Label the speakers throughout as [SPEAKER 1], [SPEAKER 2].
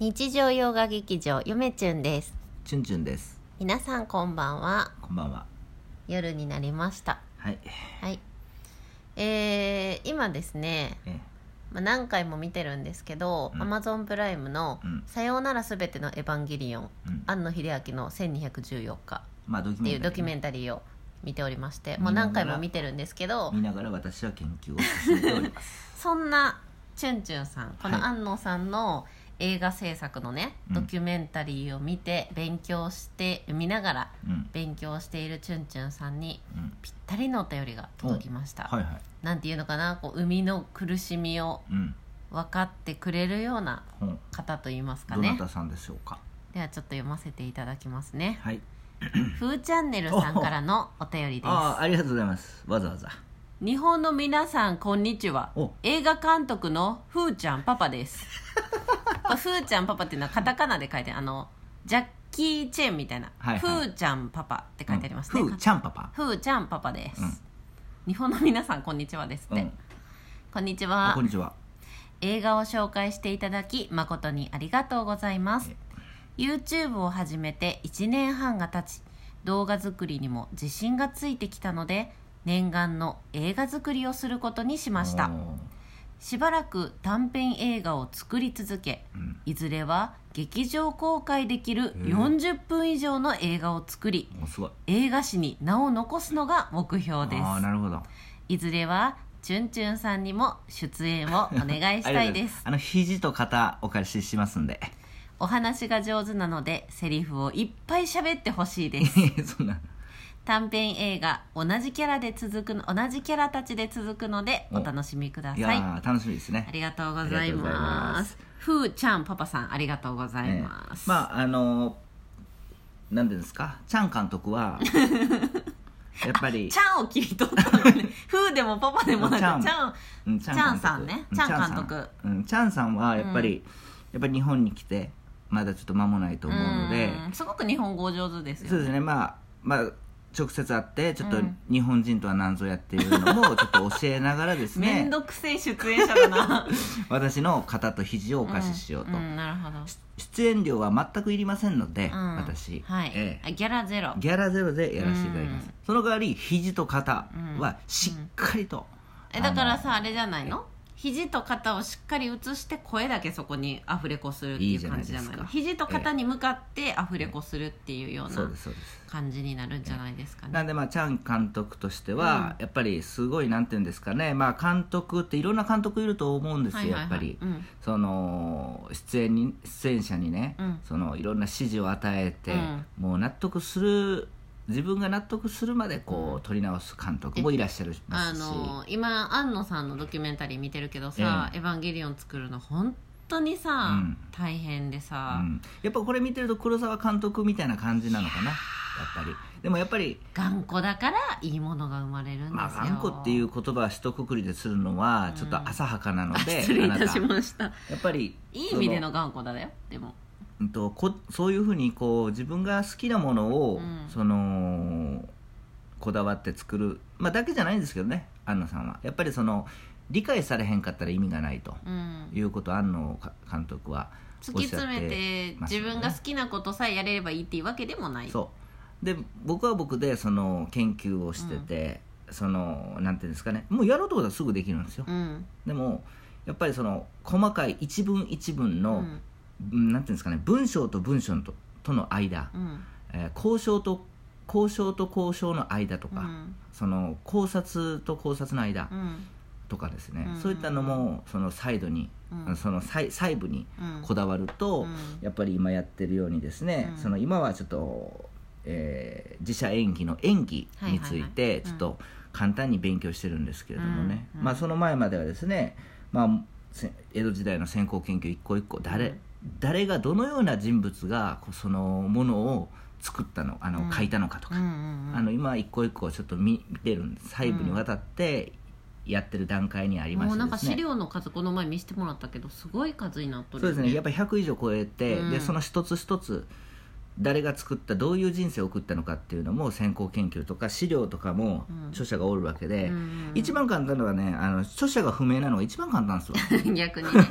[SPEAKER 1] 日常洋画劇場ゆめちゅんです
[SPEAKER 2] チュンチュンです
[SPEAKER 1] 皆さんこんばんは
[SPEAKER 2] こんばんは
[SPEAKER 1] 夜になりました
[SPEAKER 2] はい
[SPEAKER 1] はいえー、今ですね、
[SPEAKER 2] え
[SPEAKER 1] まあ、何回も見てるんですけど、
[SPEAKER 2] うん
[SPEAKER 1] Amazon プライムの
[SPEAKER 2] うん
[SPEAKER 1] 「さようならすべてのエヴァンゲリオン」
[SPEAKER 2] うん
[SPEAKER 1] 庵野秀明の1214日
[SPEAKER 2] まあドキ
[SPEAKER 1] っ
[SPEAKER 2] ュメ
[SPEAKER 1] てい
[SPEAKER 2] ン
[SPEAKER 1] う
[SPEAKER 2] タリー
[SPEAKER 1] ドキュメ
[SPEAKER 2] ン
[SPEAKER 1] ンタリーを見ておりましてもう何回も見てるんですけど
[SPEAKER 2] 見ながら私は研究を進めてお ります
[SPEAKER 1] そんなチュンチュンさんこの
[SPEAKER 2] はい
[SPEAKER 1] 安野さんの映画制作のね、
[SPEAKER 2] うん
[SPEAKER 1] ドキュメンタリーを見て勉強して見ながら
[SPEAKER 2] うん
[SPEAKER 1] 勉強しているチュンチュンさんに
[SPEAKER 2] うん
[SPEAKER 1] ぴったりのお便りが届きました、
[SPEAKER 2] はいはい
[SPEAKER 1] なんていうのかなこう生みの苦しみを
[SPEAKER 2] うん
[SPEAKER 1] 分かってくれるような
[SPEAKER 2] ほん
[SPEAKER 1] 方といいますか
[SPEAKER 2] どな
[SPEAKER 1] ね
[SPEAKER 2] たさんでしょうか
[SPEAKER 1] ではちょっと読ませていただきますね
[SPEAKER 2] はい
[SPEAKER 1] ふーチャンネルさんからのお便りです
[SPEAKER 2] ああありがとうございますわざわざ
[SPEAKER 1] 日本の皆さんこんにちは
[SPEAKER 2] お
[SPEAKER 1] 映画監督のふーちゃんパパです まあふーちゃんパパっていうのはカタカナで書いてあのジャッキー・チェンみたいな、
[SPEAKER 2] はいはい
[SPEAKER 1] ふーちゃんパパって書いてありますね、
[SPEAKER 2] うんふーちゃんパパ
[SPEAKER 1] ふーちゃんパパです、
[SPEAKER 2] うん
[SPEAKER 1] 日本の皆さんこんにちはですっ
[SPEAKER 2] う
[SPEAKER 1] て、
[SPEAKER 2] ん
[SPEAKER 1] こんにち
[SPEAKER 2] あ
[SPEAKER 1] は
[SPEAKER 2] こんにちは
[SPEAKER 1] 映画を紹介していただき誠にありがとうございます YouTube を始めて1年半が経ち動画作りにも自信がついてきたので念願の映画作りをすることにしました
[SPEAKER 2] おー
[SPEAKER 1] しばらく短編映画を作り続け
[SPEAKER 2] うん
[SPEAKER 1] いずれは劇場公開できる
[SPEAKER 2] えー
[SPEAKER 1] 40分以上の映画を作り
[SPEAKER 2] おすごい
[SPEAKER 1] 映画史に名を残すのが目標で
[SPEAKER 2] ああ
[SPEAKER 1] す
[SPEAKER 2] なるほど
[SPEAKER 1] いずれはチュンチュンさんにも出演をお願いしたいです
[SPEAKER 2] ありがとうござますあの肘と肩お借りします んで
[SPEAKER 1] お話が上手なのでセリフをいっぱい喋ってほしいです
[SPEAKER 2] そんな
[SPEAKER 1] 短編映画同じキャラで続くの同じキャラたちで続くのでお楽しみくだ
[SPEAKER 2] い
[SPEAKER 1] さい
[SPEAKER 2] やー楽しみですね
[SPEAKER 1] ありがとうござ
[SPEAKER 2] あり
[SPEAKER 1] い
[SPEAKER 2] がとうござい
[SPEAKER 1] ま
[SPEAKER 2] ますす
[SPEAKER 1] ふーちゃんパパさんありがとうござい
[SPEAKER 2] ええ
[SPEAKER 1] ます、
[SPEAKER 2] まああのーなんていうんですかチャン監 督はやっぱり
[SPEAKER 1] ちゃんを切り取ったの ねふーでもパパでもなくち
[SPEAKER 2] ち
[SPEAKER 1] ゃ
[SPEAKER 2] ゃ
[SPEAKER 1] ん
[SPEAKER 2] んうん
[SPEAKER 1] チャンさんね
[SPEAKER 2] う
[SPEAKER 1] チャン監督
[SPEAKER 2] チャンさんうんチャンさんはやっぱり、やっぱり日本に来てまだちょっと間もないと思うので
[SPEAKER 1] うんすごく日本語お上手です
[SPEAKER 2] そ
[SPEAKER 1] よ
[SPEAKER 2] うですねまあまあ直接会ってちょっと
[SPEAKER 1] うん
[SPEAKER 2] 日本人とは何ぞやっていう のもちょっと教えながらです
[SPEAKER 1] め
[SPEAKER 2] ね
[SPEAKER 1] んどくせえ出演者だな
[SPEAKER 2] 私の肩と肘 をお貸ししようと、
[SPEAKER 1] んんなるほど、
[SPEAKER 2] 出演料は全くいりませんので、
[SPEAKER 1] うん
[SPEAKER 2] 私、
[SPEAKER 1] はい、
[SPEAKER 2] ええ
[SPEAKER 1] あギャラゼロ
[SPEAKER 2] ギャラゼロでやらせていただきます、
[SPEAKER 1] うん
[SPEAKER 2] その代わり肘と肩はしっかりと、
[SPEAKER 1] えだからさあれじゃないの肘と肩をしっかり移して声だけそこにアフレコするってい
[SPEAKER 2] いいうじゃな
[SPEAKER 1] 感
[SPEAKER 2] い
[SPEAKER 1] じ
[SPEAKER 2] で
[SPEAKER 1] じ
[SPEAKER 2] す
[SPEAKER 1] ゃ
[SPEAKER 2] か
[SPEAKER 1] ないの肘と肩に向かってアフレコするっていうよう
[SPEAKER 2] そう
[SPEAKER 1] な
[SPEAKER 2] ですそうです
[SPEAKER 1] 感じになるんじゃないですかね
[SPEAKER 2] なんでまあチャン監督としては、やっぱりすごいなんて言うんですかね、まあ、監督っていろんな監督いると思うんですよ、
[SPEAKER 1] はいはいはい
[SPEAKER 2] やっぱり、
[SPEAKER 1] うん
[SPEAKER 2] その出演に出演者にね、
[SPEAKER 1] うん
[SPEAKER 2] そのいろんな指示を与えて、
[SPEAKER 1] うん
[SPEAKER 2] もう納得する自分が納得するまでこう、
[SPEAKER 1] うん
[SPEAKER 2] 撮り直す監督もいらっしゃるま
[SPEAKER 1] あ
[SPEAKER 2] すし、
[SPEAKER 1] の今庵野さんのドキュメンタリー見てるけどさ「
[SPEAKER 2] え
[SPEAKER 1] エヴァンゲリオン」作るの本当にさ、
[SPEAKER 2] うん
[SPEAKER 1] 大変で
[SPEAKER 2] う
[SPEAKER 1] さ、
[SPEAKER 2] ん、やっぱこれ見てると黒沢監督みたいな感じなのかなやっぱりでもやっぱり
[SPEAKER 1] 頑固だからいいものが生まれるんですよ、
[SPEAKER 2] まあ、頑固っていう言葉を一括りでするのはちょっと浅はかなので、
[SPEAKER 1] 失礼いたし
[SPEAKER 2] あな
[SPEAKER 1] ました
[SPEAKER 2] たやっぱり
[SPEAKER 1] いい意味での頑固だよでも
[SPEAKER 2] うんとこそういうふうにこう自分が好きなものを、
[SPEAKER 1] うん
[SPEAKER 2] そのこだわって作る、まあ、だけじゃないんですけどね安野さんはやっぱりその理解されへんかったら意味がないと
[SPEAKER 1] うん
[SPEAKER 2] いうことを安野か監督は
[SPEAKER 1] 突き詰めて
[SPEAKER 2] おっしゃってます
[SPEAKER 1] 自
[SPEAKER 2] よね
[SPEAKER 1] 分が好きなことさえやれればいいっていうわけでもない
[SPEAKER 2] そうで僕は僕でその研究をしてて、そのなんていうんですかねもうやろうと思ったらすぐできるんですよ、
[SPEAKER 1] うん
[SPEAKER 2] でもやっぱりその細かい一文一文
[SPEAKER 1] う
[SPEAKER 2] の、
[SPEAKER 1] ん
[SPEAKER 2] うんなんていうんですかね文章と文章ととの間、
[SPEAKER 1] うん
[SPEAKER 2] えー交渉と交渉と交渉の間と
[SPEAKER 1] う
[SPEAKER 2] か、
[SPEAKER 1] ん
[SPEAKER 2] その考察と考察の間
[SPEAKER 1] うん
[SPEAKER 2] とかですね、
[SPEAKER 1] うん
[SPEAKER 2] そういったのもそのサイドに、
[SPEAKER 1] うん
[SPEAKER 2] その細細部に
[SPEAKER 1] うん
[SPEAKER 2] こだわると、
[SPEAKER 1] うん
[SPEAKER 2] やっぱり今やってるようにですね、
[SPEAKER 1] うん
[SPEAKER 2] その今はちょっと、えー自社演技の演技につ
[SPEAKER 1] はいはい
[SPEAKER 2] い
[SPEAKER 1] はい
[SPEAKER 2] てちょっと簡単に勉強してるんですけれどもね、
[SPEAKER 1] うんうん
[SPEAKER 2] まあ、その前まではですね、まあ、せ江戸時代の先行研究一個一個誰,、
[SPEAKER 1] うん
[SPEAKER 2] 誰がどのような人物がこうそのものを作ったのあの、
[SPEAKER 1] うん
[SPEAKER 2] 書いたのかと
[SPEAKER 1] う
[SPEAKER 2] か、
[SPEAKER 1] んうんうん
[SPEAKER 2] あの今一個一個ちょっと見見てるんです細部にわたってやってる段階にありま
[SPEAKER 1] もう
[SPEAKER 2] して
[SPEAKER 1] なん
[SPEAKER 2] で
[SPEAKER 1] か
[SPEAKER 2] す
[SPEAKER 1] 資
[SPEAKER 2] ね、
[SPEAKER 1] 料の数この前見せてもらったけどすごい数になっとる
[SPEAKER 2] そう
[SPEAKER 1] よ
[SPEAKER 2] ですねやっぱり100以上超えて、
[SPEAKER 1] うん
[SPEAKER 2] でその一つ一つ誰が作ったどういう人生を送ったのかっていうのも先行研究とか資料とかも
[SPEAKER 1] うん
[SPEAKER 2] 著者がおるわけ
[SPEAKER 1] う
[SPEAKER 2] で、
[SPEAKER 1] ん
[SPEAKER 2] 一番簡単なのはねあの著者が不明なのが一番簡単で すわ
[SPEAKER 1] 逆にね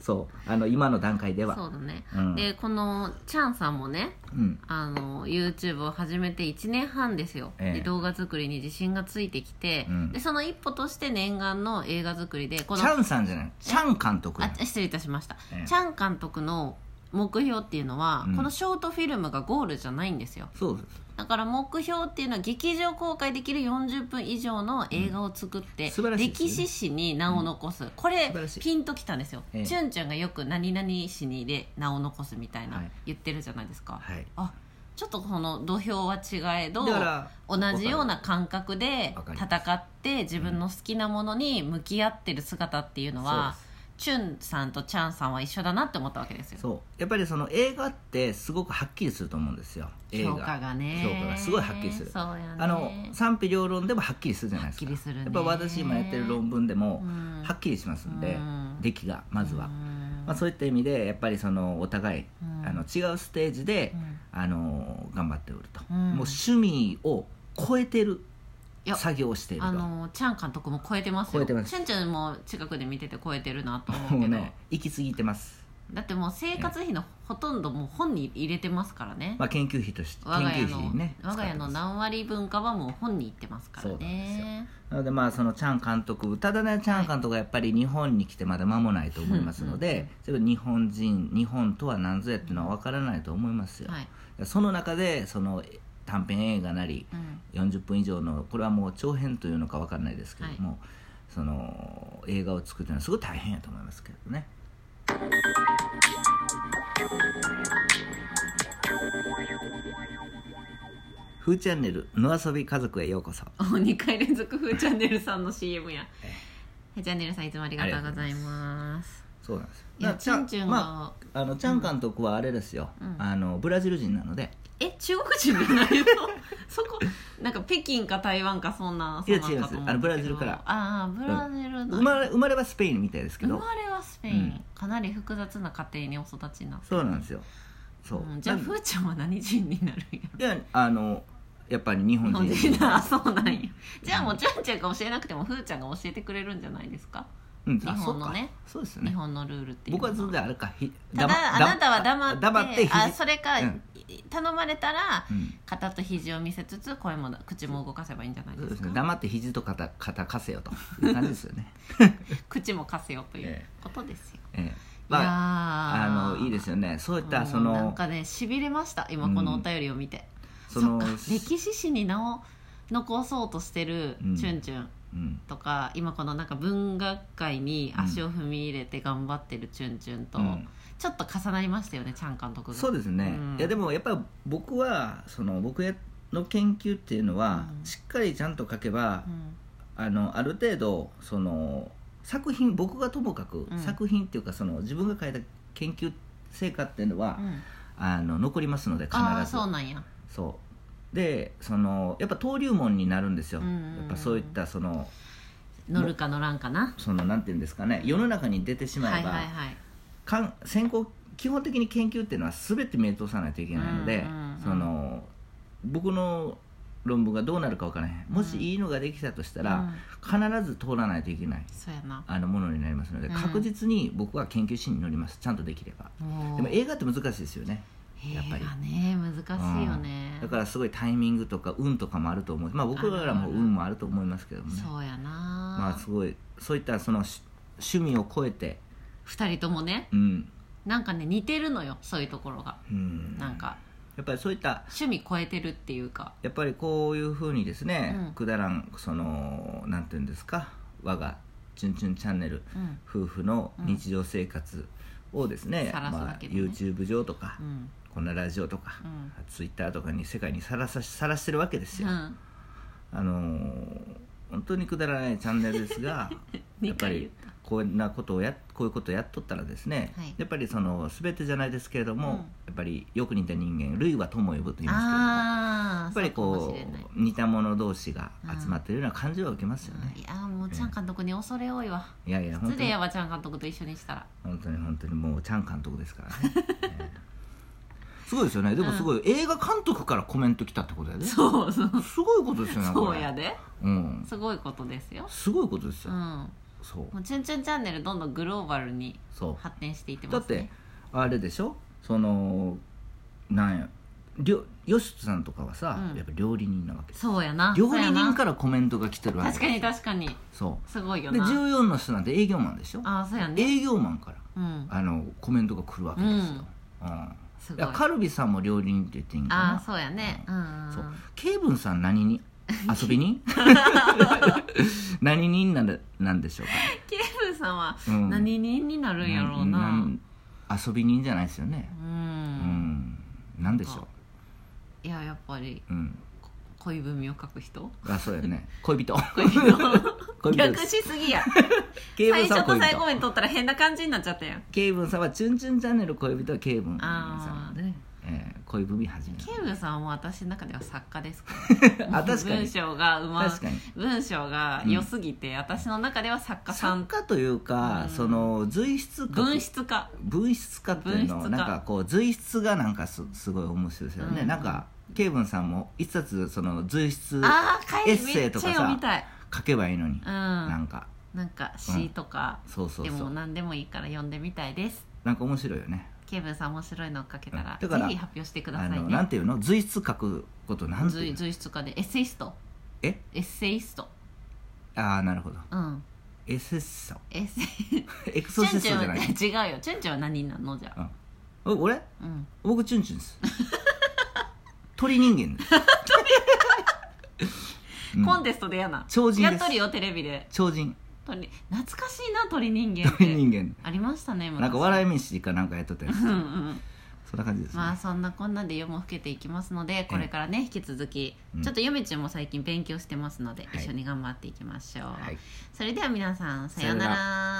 [SPEAKER 2] そうあの今の段階では
[SPEAKER 1] そうだね、
[SPEAKER 2] うん
[SPEAKER 1] でこのチャンさんもね
[SPEAKER 2] うん
[SPEAKER 1] あの YouTube を始めて1年半ですよ、
[SPEAKER 2] ええ
[SPEAKER 1] で動画作りに自信がついてきて、
[SPEAKER 2] うん
[SPEAKER 1] でその一歩として念願の映画作りでこ
[SPEAKER 2] チ
[SPEAKER 1] の
[SPEAKER 2] ャンさんじゃないチャン監督や
[SPEAKER 1] あ失礼いたしました、
[SPEAKER 2] ええ
[SPEAKER 1] チャン監督の目標っていうのは、
[SPEAKER 2] うん
[SPEAKER 1] このショートフィルムがゴールじゃないんですよ
[SPEAKER 2] そうです
[SPEAKER 1] だから目標っていうのは劇場公開できる40分以上の映画を作って、
[SPEAKER 2] うん素晴らしいですよ
[SPEAKER 1] 歴
[SPEAKER 2] ね
[SPEAKER 1] 史史に名を残す、これ
[SPEAKER 2] 素晴らしい
[SPEAKER 1] ピンときたんですよ、
[SPEAKER 2] ええ
[SPEAKER 1] チュンちゃんがよく「何々史にで名を残す」みたいな、
[SPEAKER 2] はい
[SPEAKER 1] 言ってるじゃないですか、
[SPEAKER 2] はい
[SPEAKER 1] あちょっとこの土俵は違えど
[SPEAKER 2] だから
[SPEAKER 1] 同じような感覚で
[SPEAKER 2] わかります
[SPEAKER 1] 戦って自分の好きなものに向き合ってる姿っていうのは
[SPEAKER 2] そう
[SPEAKER 1] チュンさんとチャンさんは一緒だなって思ったわけですよ
[SPEAKER 2] そうやっぱりその映画ってすごくはっきりすると思うんですよ映画
[SPEAKER 1] 評価がね
[SPEAKER 2] 評価がすごいはっきりする
[SPEAKER 1] そうよね
[SPEAKER 2] あの賛否両論でもはっきりするじゃないですか
[SPEAKER 1] はっきりするね
[SPEAKER 2] やっぱ私今やってる論文でも
[SPEAKER 1] うん
[SPEAKER 2] はっきりしますんで、
[SPEAKER 1] うん
[SPEAKER 2] 出来がまずは、
[SPEAKER 1] うん
[SPEAKER 2] まあ、そういった意味でやっぱりそのお互い、
[SPEAKER 1] うん
[SPEAKER 2] あの違うステージで、
[SPEAKER 1] うん
[SPEAKER 2] あの頑張っておると、
[SPEAKER 1] うん
[SPEAKER 2] もう趣味を超えてる
[SPEAKER 1] いや
[SPEAKER 2] 作業をしている
[SPEAKER 1] あ
[SPEAKER 2] と
[SPEAKER 1] のチャン監督も超えてますよ
[SPEAKER 2] 超えてます
[SPEAKER 1] チュンチュンも近くで見てて超えてるなと思う
[SPEAKER 2] も
[SPEAKER 1] け
[SPEAKER 2] う
[SPEAKER 1] ど、
[SPEAKER 2] ね行き過ぎてます、
[SPEAKER 1] だってもう生活費のほとんどもう本に入れてますからね
[SPEAKER 2] まあ、研究費として研
[SPEAKER 1] 我が家
[SPEAKER 2] 究
[SPEAKER 1] の、
[SPEAKER 2] 費にね
[SPEAKER 1] 我が家の
[SPEAKER 2] 使ってます
[SPEAKER 1] 何割分かはもう本に行ってますからね
[SPEAKER 2] なのでまあそのチャン監督ただねチャン監督がやっぱり日本に来てまだ間もないと思いますの
[SPEAKER 1] うんうんう
[SPEAKER 2] で
[SPEAKER 1] ん
[SPEAKER 2] それ日本人日本とは何ぞやっていうのは分からないと思いますよ、
[SPEAKER 1] はい、
[SPEAKER 2] その中でその短編映画なり
[SPEAKER 1] うん、
[SPEAKER 2] 40分以上のこれはもう長編というのか分からないですけれども、その映画を作るのはすごい大変やと思いますけどね「フーチャンネル野遊び家族へようこそ」
[SPEAKER 1] お2回連続「フーチャンネル」さんの CM や「フーチャンネル」さんいつもありがとうございます
[SPEAKER 2] そうなんですよ
[SPEAKER 1] いや
[SPEAKER 2] だから
[SPEAKER 1] チュンチュンが、
[SPEAKER 2] まあ、あのチャン監督はあれですよ、
[SPEAKER 1] うん
[SPEAKER 2] あのブラジル人なので、
[SPEAKER 1] え中国人じゃないのそこなんか北京か台湾かそんない
[SPEAKER 2] や
[SPEAKER 1] そんなんと思うんだけど
[SPEAKER 2] 違いますあのブラジルから
[SPEAKER 1] ああブラジルの、
[SPEAKER 2] 生まれ生まれはスペインみたいですけ
[SPEAKER 1] 生
[SPEAKER 2] ど、
[SPEAKER 1] まれはスペイン、
[SPEAKER 2] うん
[SPEAKER 1] かなり複雑な家庭にお育ちになって
[SPEAKER 2] そうなんですよそう、
[SPEAKER 1] うんじゃあ
[SPEAKER 2] なん
[SPEAKER 1] ふーちゃんは何人になるんや
[SPEAKER 2] いやあのやっぱり日本
[SPEAKER 1] 日
[SPEAKER 2] 人
[SPEAKER 1] 本人だそうなんやじゃあもうちゃんちゃんが教えなくてもふーちゃんが教えてくれるんじゃないですか
[SPEAKER 2] うん、
[SPEAKER 1] 日本のね
[SPEAKER 2] あそっかそうですよ
[SPEAKER 1] 日
[SPEAKER 2] ね
[SPEAKER 1] 本のルールっていうの
[SPEAKER 2] 僕はずっとあれかひ
[SPEAKER 1] ただあ
[SPEAKER 2] 黙
[SPEAKER 1] なたは黙って
[SPEAKER 2] 黙ってひじ
[SPEAKER 1] あそれか、
[SPEAKER 2] うん
[SPEAKER 1] 頼まれたら
[SPEAKER 2] うん
[SPEAKER 1] 肩と肘を見せつつ声も口も動かせばいいんじゃない
[SPEAKER 2] そう
[SPEAKER 1] で
[SPEAKER 2] ですす
[SPEAKER 1] か
[SPEAKER 2] ね黙って肘と肩肩貸せよという感じですよね、
[SPEAKER 1] 口も貸せよという
[SPEAKER 2] ええ
[SPEAKER 1] ことですよ、
[SPEAKER 2] ええまああ
[SPEAKER 1] あ
[SPEAKER 2] のいいですよねそういったそ
[SPEAKER 1] な
[SPEAKER 2] の
[SPEAKER 1] んかねしびれました今このお便りを見て、
[SPEAKER 2] そ
[SPEAKER 1] そっ
[SPEAKER 2] の
[SPEAKER 1] か歴史史に名を残そうとしてる
[SPEAKER 2] うん
[SPEAKER 1] チュンチュン、
[SPEAKER 2] うん
[SPEAKER 1] とか今このなんか文学界に足を踏み入れて頑張ってるチュンチュンと、
[SPEAKER 2] うん
[SPEAKER 1] ちょっと重なりましたよねチャン監督が
[SPEAKER 2] そうですね、
[SPEAKER 1] うん
[SPEAKER 2] いやでもやっぱり僕はその僕の研究っていうのは、
[SPEAKER 1] うん
[SPEAKER 2] しっかりちゃんと書けば
[SPEAKER 1] う、ん
[SPEAKER 2] あのある程度その作品僕がともかく、
[SPEAKER 1] うん
[SPEAKER 2] 作品っていうかその自分が書いた研究成果っていうのは、
[SPEAKER 1] うん
[SPEAKER 2] あの残りますので必
[SPEAKER 1] ああ
[SPEAKER 2] ず
[SPEAKER 1] そうなんや
[SPEAKER 2] そうでそのやっぱ登竜門になるんですよ、
[SPEAKER 1] うんうんうん
[SPEAKER 2] やっぱそういったその
[SPEAKER 1] 乗るか乗らんかな
[SPEAKER 2] そのなんていうんですかね世の中に出てしま
[SPEAKER 1] は
[SPEAKER 2] え
[SPEAKER 1] い
[SPEAKER 2] ば、
[SPEAKER 1] はいはい
[SPEAKER 2] かん先行基本的に研究っていうのは全て見通さないといけないので、
[SPEAKER 1] うんうんうん
[SPEAKER 2] その僕の論文がどうなるかわからないも
[SPEAKER 1] う
[SPEAKER 2] し
[SPEAKER 1] ん
[SPEAKER 2] いいのができたとした
[SPEAKER 1] う
[SPEAKER 2] ら
[SPEAKER 1] ん、
[SPEAKER 2] 必ず通らないといけない
[SPEAKER 1] そうやな
[SPEAKER 2] あのものになりますので、
[SPEAKER 1] うん
[SPEAKER 2] 確実に僕は研究室に乗りますちゃんとできれば
[SPEAKER 1] もう
[SPEAKER 2] でも映画って難しいですよねやっぱり
[SPEAKER 1] 映画ね難しいよね、
[SPEAKER 2] だからすごいタイミングとか運とかもあると思うまあ僕らも運もあると思いますけどもね
[SPEAKER 1] そうやな、
[SPEAKER 2] まあすごいそういったそのし趣味を超えて
[SPEAKER 1] 2人ともね
[SPEAKER 2] うん、
[SPEAKER 1] なんかね似てるのよそういうところが
[SPEAKER 2] うん、
[SPEAKER 1] なんか
[SPEAKER 2] やっぱりそういった
[SPEAKER 1] 趣味超えてるっていうか
[SPEAKER 2] やっぱりこういうふうにですね、
[SPEAKER 1] うん
[SPEAKER 2] くだらんそのなんていうんですか我が「チュンチュンチャンネル」
[SPEAKER 1] うん
[SPEAKER 2] 夫婦の日常生活をですね,、
[SPEAKER 1] 晒すだ
[SPEAKER 2] まあ、
[SPEAKER 1] けでね
[SPEAKER 2] YouTube 上とか、
[SPEAKER 1] うん
[SPEAKER 2] こんなラジオとか、
[SPEAKER 1] うん
[SPEAKER 2] Twitter とかに世界にさらささらしてるわけです
[SPEAKER 1] う
[SPEAKER 2] よ、
[SPEAKER 1] ん
[SPEAKER 2] あのー本当にくだらないチャンネルです がやっぱりこんなことをやこういうことをやっとったらですね、
[SPEAKER 1] はい
[SPEAKER 2] やっぱりその全てじゃないですけれども、
[SPEAKER 1] うん
[SPEAKER 2] やっぱりよく似た人間類は友を呼ぶと言いますけれども
[SPEAKER 1] ああ
[SPEAKER 2] やっぱりこう似た者同士が集まってるような感じは受けますよね
[SPEAKER 1] い、やーもうチャン監督に恐れ多いわ
[SPEAKER 2] いやいや本
[SPEAKER 1] 失
[SPEAKER 2] 当
[SPEAKER 1] 礼
[SPEAKER 2] に
[SPEAKER 1] やわチャン監督と一緒にしたら
[SPEAKER 2] 本当に本当にもうチャン監督ですからね、ええすごいですよねでもすごい、映画監督からコメント来たってことやで、す
[SPEAKER 1] そうそう
[SPEAKER 2] ごいことですよね
[SPEAKER 1] そ
[SPEAKER 2] こ
[SPEAKER 1] う
[SPEAKER 2] れ
[SPEAKER 1] やで
[SPEAKER 2] うん
[SPEAKER 1] すごいことですよ
[SPEAKER 2] すごいことです
[SPEAKER 1] う
[SPEAKER 2] よ、
[SPEAKER 1] ん
[SPEAKER 2] そう
[SPEAKER 1] もう「チュンチュンチャンネル」どんどんグローバルに
[SPEAKER 2] そう
[SPEAKER 1] 発展していって
[SPEAKER 2] だ
[SPEAKER 1] ま
[SPEAKER 2] っ
[SPEAKER 1] すね
[SPEAKER 2] てあれでしょそのなんやりょ吉さんとかはさ、
[SPEAKER 1] うん
[SPEAKER 2] やっぱ料理人なわけ
[SPEAKER 1] そうやな
[SPEAKER 2] 料理
[SPEAKER 1] そうや
[SPEAKER 2] 人
[SPEAKER 1] な
[SPEAKER 2] からコメントが来てるわけ
[SPEAKER 1] 確かに確かに
[SPEAKER 2] そ
[SPEAKER 1] すごいうよ
[SPEAKER 2] で
[SPEAKER 1] な
[SPEAKER 2] 14の人なんて営業マンでしょ
[SPEAKER 1] ああそうやね
[SPEAKER 2] 営業マンから
[SPEAKER 1] うん
[SPEAKER 2] あのコメントが来るわけですよ、うん
[SPEAKER 1] す
[SPEAKER 2] い
[SPEAKER 1] ごい
[SPEAKER 2] やカルビさんも料理人って言っていいんか
[SPEAKER 1] ああ
[SPEAKER 2] な
[SPEAKER 1] そうやねうんうんうん
[SPEAKER 2] そうケイブンさん何に遊び に何人なんでなんでしょう
[SPEAKER 1] ケイブさんは
[SPEAKER 2] か、うん
[SPEAKER 1] 何人になるんやろうな
[SPEAKER 2] なん遊び人じゃないですよね
[SPEAKER 1] う
[SPEAKER 2] うんん、なんでしょ
[SPEAKER 1] いややっぱり
[SPEAKER 2] う、うん、
[SPEAKER 1] 恋文を書く 人
[SPEAKER 2] あそうやね 恋人
[SPEAKER 1] 恋人
[SPEAKER 2] 恋人で
[SPEAKER 1] 逆
[SPEAKER 2] す
[SPEAKER 1] しすぎや
[SPEAKER 2] ケイブ
[SPEAKER 1] 最
[SPEAKER 2] ンさんは
[SPEAKER 1] 初と
[SPEAKER 2] 恋
[SPEAKER 1] 最後
[SPEAKER 2] 人
[SPEAKER 1] まで撮ったら変な感じになっちゃったやん
[SPEAKER 2] ケイブンさんは「チュンチュンチャンネル恋人」はケイブンさんで、ねえー、恋文始め
[SPEAKER 1] ケイブさんは私の中では作家ですか
[SPEAKER 2] た あ
[SPEAKER 1] ら
[SPEAKER 2] 確か
[SPEAKER 1] 文
[SPEAKER 2] に
[SPEAKER 1] 章がうま
[SPEAKER 2] 確かに
[SPEAKER 1] 文章が良すぎて私の中では作家さ
[SPEAKER 2] 作
[SPEAKER 1] ん
[SPEAKER 2] 家というか、
[SPEAKER 1] うん
[SPEAKER 2] その随筆家
[SPEAKER 1] 文筆家
[SPEAKER 2] 文筆家っていうの
[SPEAKER 1] 文
[SPEAKER 2] を
[SPEAKER 1] 筆家
[SPEAKER 2] なんかこう随筆がなんかすすごい面白いですよね、
[SPEAKER 1] うん
[SPEAKER 2] なんかケイブンさんも一冊その随筆
[SPEAKER 1] ああ
[SPEAKER 2] エ
[SPEAKER 1] 会
[SPEAKER 2] ッ
[SPEAKER 1] 議
[SPEAKER 2] セ
[SPEAKER 1] めっ
[SPEAKER 2] イと
[SPEAKER 1] ち
[SPEAKER 2] か
[SPEAKER 1] ゃ
[SPEAKER 2] さ
[SPEAKER 1] 読みたい
[SPEAKER 2] 書けばいいのに
[SPEAKER 1] う、ん
[SPEAKER 2] なんか
[SPEAKER 1] なんか詩とか
[SPEAKER 2] そうそう
[SPEAKER 1] で
[SPEAKER 2] そ
[SPEAKER 1] も
[SPEAKER 2] う
[SPEAKER 1] 何でもいいから読んでみたいです
[SPEAKER 2] なんか面白いよね
[SPEAKER 1] ケイブさん面白いのをかけたら
[SPEAKER 2] う
[SPEAKER 1] ぜ
[SPEAKER 2] んだから
[SPEAKER 1] ひ発表してくだ
[SPEAKER 2] あ
[SPEAKER 1] さい
[SPEAKER 2] のなん
[SPEAKER 1] ね
[SPEAKER 2] ていうの随筆書くことなんてい
[SPEAKER 1] 随
[SPEAKER 2] うの
[SPEAKER 1] 随筆家でエッセイスト
[SPEAKER 2] え
[SPEAKER 1] エッセイスト
[SPEAKER 2] ああなるほど
[SPEAKER 1] うん
[SPEAKER 2] エセッソ
[SPEAKER 1] エッセイ
[SPEAKER 2] エク
[SPEAKER 1] チ
[SPEAKER 2] ソ
[SPEAKER 1] ュ
[SPEAKER 2] シ
[SPEAKER 1] ン
[SPEAKER 2] ス
[SPEAKER 1] チュ
[SPEAKER 2] ト
[SPEAKER 1] ン
[SPEAKER 2] じゃ
[SPEAKER 1] は
[SPEAKER 2] ない
[SPEAKER 1] 違うよチュンチュンは何になるのじゃあ
[SPEAKER 2] お俺
[SPEAKER 1] うん
[SPEAKER 2] 僕チュンチュンです鳥人間ですうん
[SPEAKER 1] コンテストでやな
[SPEAKER 2] 超人
[SPEAKER 1] や
[SPEAKER 2] で
[SPEAKER 1] っ
[SPEAKER 2] す
[SPEAKER 1] とるよテレビで
[SPEAKER 2] 超人
[SPEAKER 1] 鳥懐かしいな鳥人間っ
[SPEAKER 2] 鳥
[SPEAKER 1] て
[SPEAKER 2] 人間
[SPEAKER 1] ありましたね
[SPEAKER 2] なんか笑い飯かなんかやっとったやつ
[SPEAKER 1] 昔うんうん
[SPEAKER 2] そんな感じですね、
[SPEAKER 1] まあそんなこんなで夜も更けていきますのでこれからね引き続き
[SPEAKER 2] うん
[SPEAKER 1] ちょっと夜道も最近勉強してますので
[SPEAKER 2] はい
[SPEAKER 1] 一緒に頑張っていきましょう、
[SPEAKER 2] はい
[SPEAKER 1] それでは皆さんさような
[SPEAKER 2] さよう
[SPEAKER 1] ら